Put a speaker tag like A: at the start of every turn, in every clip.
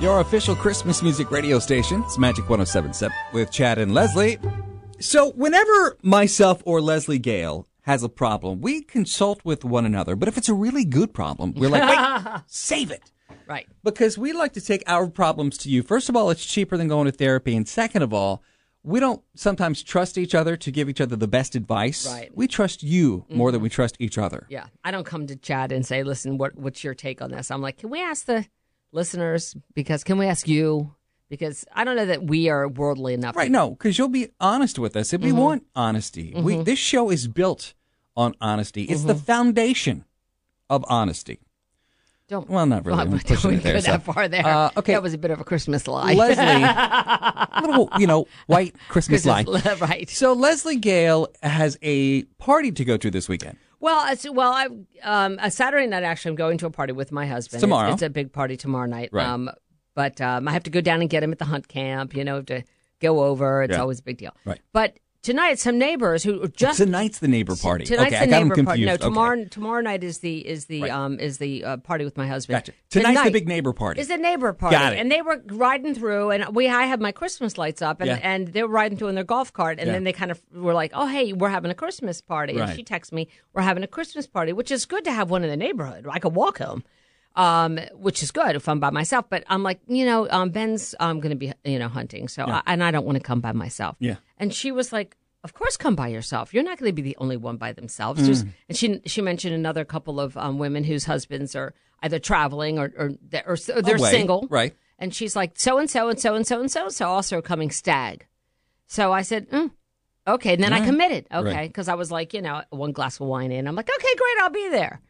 A: your official Christmas music radio station. It's Magic 1077 with Chad and Leslie. So, whenever myself or Leslie Gale has a problem, we consult with one another. But if it's a really good problem, we're like, wait, save it.
B: Right.
A: Because we like to take our problems to you. First of all, it's cheaper than going to therapy. And second of all, we don't sometimes trust each other to give each other the best advice.
B: Right.
A: We trust you more than we trust each other.
B: Yeah. I don't come to Chad and say, listen, what, what's your take on this? I'm like, can we ask the listeners? Because can we ask you? Because I don't know that we are worldly enough.
A: Right, no, because you'll be honest with us,
B: Mm-hmm.
A: and we want honesty. We this show is built on honesty. It's
B: Mm-hmm.
A: the foundation of honesty.
B: Don't.
A: Well, not really.
B: Well,
A: I'm
B: don't
A: pushing
B: we
A: it there,
B: go
A: so-
B: that far there.
A: Uh, okay.
B: That was a bit of a Christmas lie.
A: Leslie, little you know, white Christmas lie.
B: Christmas- right.
A: So Leslie Gale has a party to go to this weekend.
B: Well, I s- well, I um, a Saturday night actually. I'm going to a party with my husband It's-
A: Tomorrow.
B: It's, a big party tomorrow night.
A: Right.
B: Um, but um, I have to go down and get him at the hunt camp. You know, to go over. It's
A: Yeah.
B: always a big deal.
A: Right.
B: But tonight, some neighbors who are just
A: Tonight's the neighbor party.
B: Tonight's
A: okay,
B: the
A: I got
B: neighbor
A: them
B: party.
A: confused.
B: No,
A: Okay,
B: tomorrow tomorrow night is the is the um is the uh, party with my husband.
A: Gotcha. Tonight's
B: Tonight
A: the big neighbor party.
B: Is the neighbor party.
A: Got it.
B: And they were riding through, and we I had my Christmas lights up, and
A: Yeah.
B: and they were riding through in their golf cart, and
A: Yeah.
B: then they kind of were like, "Oh, hey, we're having a Christmas party."
A: Right.
B: And she texted me, "We're having a Christmas party," which is good to have one in the neighborhood. I could walk home. Um, which is good if I'm by myself, but I'm like, you know, um, Ben's um going to be, you know, hunting, so I, and I don't want to come by myself.
A: Yeah.
B: And she was like, "Of course, come by yourself. You're not going to be the only one by themselves." There's-
A: Mm.
B: And she she mentioned another couple of um, women whose husbands are either traveling or or they're, or so- they're
A: Away,
B: single,
A: right.
B: And she's like, "So and so and so and so and so and so also coming stag." So I said, mm, "Okay." And then I committed, okay,
A: Right.
B: because I was like, you know, one glass of wine in. I'm like, "Okay, great, I'll be there."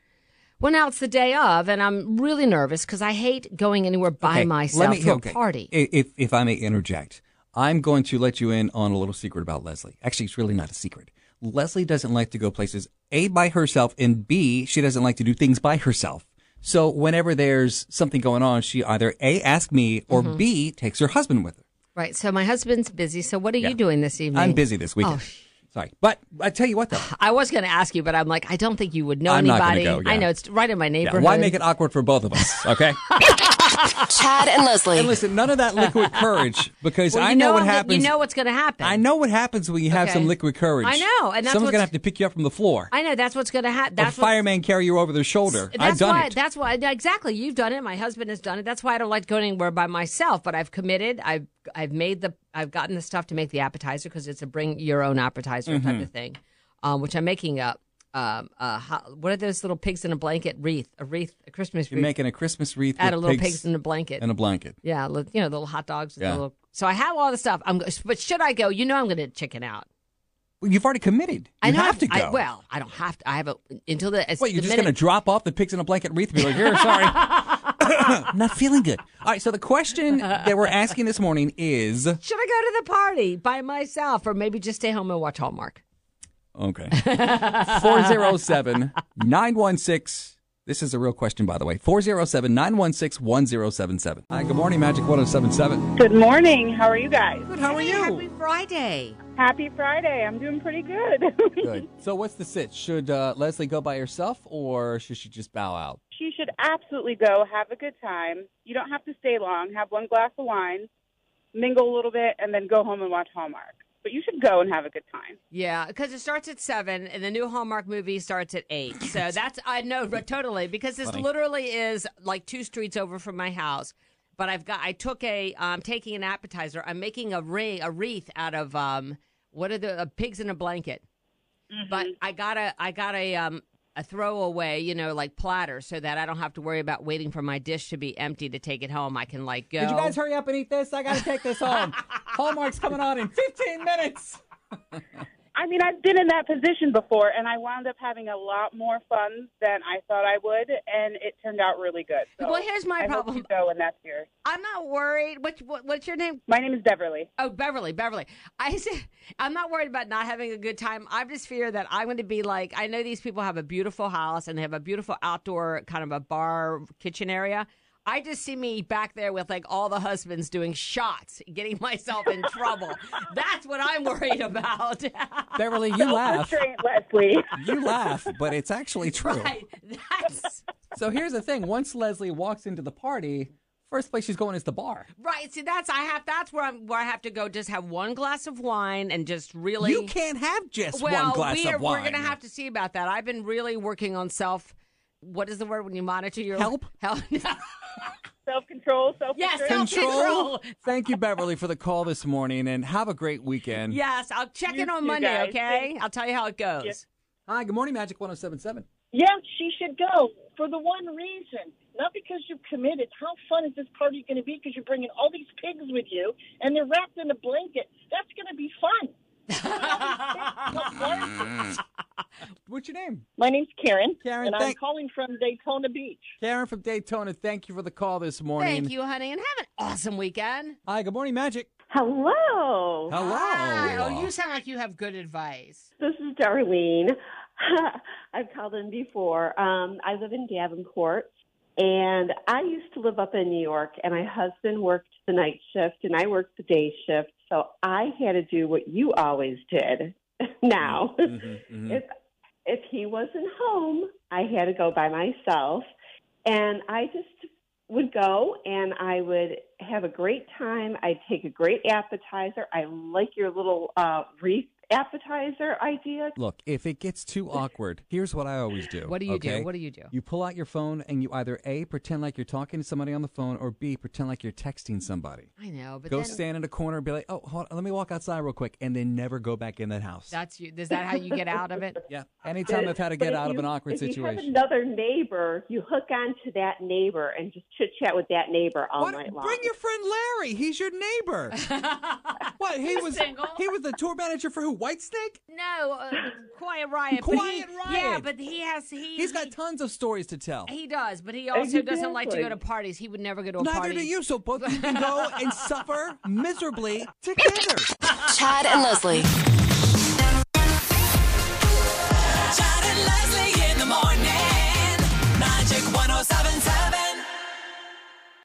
B: Well, now it's the day of, and I'm really nervous because I hate going anywhere by
A: Okay,
B: myself
A: let me-
B: to a
A: okay.
B: party.
A: I- If if I may interject, I'm going to let you in on a little secret about Leslie. Actually, it's really not a secret. Leslie doesn't like to go places a by herself, and b she doesn't like to do things by herself. So whenever there's something going on, she either a asks me or
B: Mm-hmm.
A: b takes her husband with her.
B: Right. So my husband's busy. So what are
A: Yeah.
B: you doing this evening?
A: I'm busy this
B: Oh,
A: weekend. Sorry, but I tell you what though.
B: I was going to ask you, but I'm like, I don't think you would know
A: I'm not gonna
B: anybody.
A: go, yeah.
B: I know it's right in my
A: Yeah,
B: neighborhood.
A: why make it awkward for both of us? Okay.
C: Chad and
A: and
C: Leslie.
A: listen, none of that liquid courage because
B: Well, you
A: I know, what
B: I'm-
A: happens.
B: You know what's going to happen.
A: I know what happens when you have
B: Okay.
A: some liquid courage.
B: I know, and that's
A: someone's gonna have
B: what's-
A: to pick you up from the floor.
B: I know that's what's going to happen.
A: A
B: That's what-
A: fireman carry you over their shoulder.
B: That's
A: I've done
B: why.
A: it.
B: That's why. Exactly. You've done it. My husband has done it. That's why I don't like going anywhere by myself. But I've committed. I've I've made the. I've gotten the stuff to make the appetizer because it's a bring your own appetizer type
A: Mm-hmm.
B: of thing, um, which I'm making a. Um, uh, what are those little pigs in a blanket wreath? A wreath, a Christmas
A: You're
B: wreath.
A: making a Christmas wreath with
B: Add a little
A: pigs,
B: pigs in a blanket.
A: and a blanket.
B: Yeah, li- you know, the little hot dogs. With
A: Yeah.
B: the little, so I have all the stuff. I'm, go- but should I go? You know, I'm going to chicken out.
A: Well, you've already committed. You
B: I know
A: have to go.
B: I, well, I don't have to. I have a until the. it's
A: Wait, you're
B: the
A: just going
B: minute-
A: to drop off the pigs in a blanket wreath and be like, here, sorry. Not feeling good. All right, so the question that we're asking this morning is
B: Should I go to the party by myself, or maybe just stay home and watch Hallmark?
A: okay. 407 916. This is a real question, by the way. 407 916 1077. Hi, good morning, Magic 1077.
D: Good morning. How are you guys?
A: Good, how are
B: Happy
A: you?
B: Friday.
D: Happy Friday. I'm doing pretty good.
A: Good. So, what's the sit? Should uh, Leslie go by herself or should she just bow out?
D: she should absolutely go. Have a good time. You don't have to stay long. Have one glass of wine, mingle a little bit, and then go home and watch Hallmark. But you should go and have a good time.
B: Yeah, because it starts at seven, and the new Hallmark movie starts at eight. So that's I know but totally because this literally is like two streets over from my house. But I've got I took a um taking an appetizer. I'm making a ring a wreath out of um what are the uh, pigs in a blanket. But
A: Mm-hmm.
B: I got a I got a um a throwaway you know like platter so that I don't have to worry about waiting for my dish to be empty to take it home. I can like go.
A: Did you guys hurry up and eat this? I gotta take this home. Hallmark's coming on in 15 minutes.
D: I mean, I've been in that position before, and I wound up having a lot more fun than I thought I would, and it turned out really good. So
B: Well, here's my
D: I
B: problem.
D: Hope you go, and that's yours.
B: I'm not worried. What, what what's your name?
D: My name is Beverly.
B: Oh, Beverly, Beverly. I said, I'm not worried about not having a good time. I just fear that I'm going to be like, I know these people have a beautiful house and they have a beautiful outdoor kind of a bar kitchen area. I just see me back there with like all the husbands doing shots, getting myself in trouble. That's what I'm worried about.
A: Beverly, you laugh.
D: Straight Leslie.
A: You laugh, but it's actually true.
B: That's
A: So here's the thing once Leslie walks into the party, First place she's going is the bar.
B: Right. See, that's I have. That's where I'm. Where I have to go. Just have one glass of wine and just really.
A: You can't have just
B: well,
A: one glass
B: we are,
A: of wine.
B: We're gonna have to see about that. I've been really working on self. What is the word when you monitor your
A: Help?
B: Help.
D: Self control, self
B: Yes,
A: control.
B: Control.
A: Thank you, Beverly, for the call this morning, and have a great weekend.
B: yes, I'll check
D: You
B: in on
D: too,
B: Monday.
D: guys.
B: Okay, I'll tell you how it goes.
A: Hi, good morning, Magic 1077.
E: Yeah, she should go for the one reason, not because you've committed. How fun is this party going to be? Because you're bringing all these pigs with you, and they're wrapped in a blanket. That's going to be fun.
A: What's your name?
E: My name's Karen,
A: Karen,
E: and I'm
A: thank-
E: calling from Daytona Beach.
A: Karen from Daytona. Thank you for the call this morning.
B: Thank you, honey, and have an awesome weekend.
A: Hi, good morning, Magic.
F: Hello.
A: Hello.
B: Hi. Oh, you sound like you have good advice.
F: This is Darlene. I've called in before. Um, I live in Davenport, and I used to live up in New York, and my husband worked the night shift, and I worked the day shift. So I had to do what you always did now.
A: Mhm, mhm.
F: if if he wasn't home, I had to go by myself, and I just would go and I would have a great time. I'd take a great appetizer. I like your little uh, wreath appetizer idea.
A: Look, if it gets too awkward, here's what I always do.
B: What do you
A: okay?
B: do? What do you do?
A: You pull out your phone and you either A, pretend like you're talking to somebody on the phone, or B, pretend like you're texting somebody.
B: I know, but
A: go
B: then
A: stand in a corner and be like, oh, hold on, let me walk outside real quick, and then never go back in that house.
B: that's you. Is that how you get out of it?
A: yeah. Anytime I've had to
F: But
A: get
F: if
A: out of
F: you-
A: an awkward
F: if
A: situation.
F: You have another neighbor, you hook on to that neighbor and just chit chat with that neighbor all
A: What-
F: night long.
A: Bring your friend Larry. He's your neighbor. what he was
B: Single.
A: he was the tour manager for who? Whitesnake?
B: No, uh, Quiet Riot. but
A: Quiet
B: he-
A: Riot.
B: Yeah, but he has he.
A: He's got tons of stories to tell.
B: he does, but he also doesn't like to go to
F: Exactly.
B: parties. He would never go to a
A: Neither
B: party.
A: do you, so both of you can go and suffer miserably together.
C: Chad and Leslie.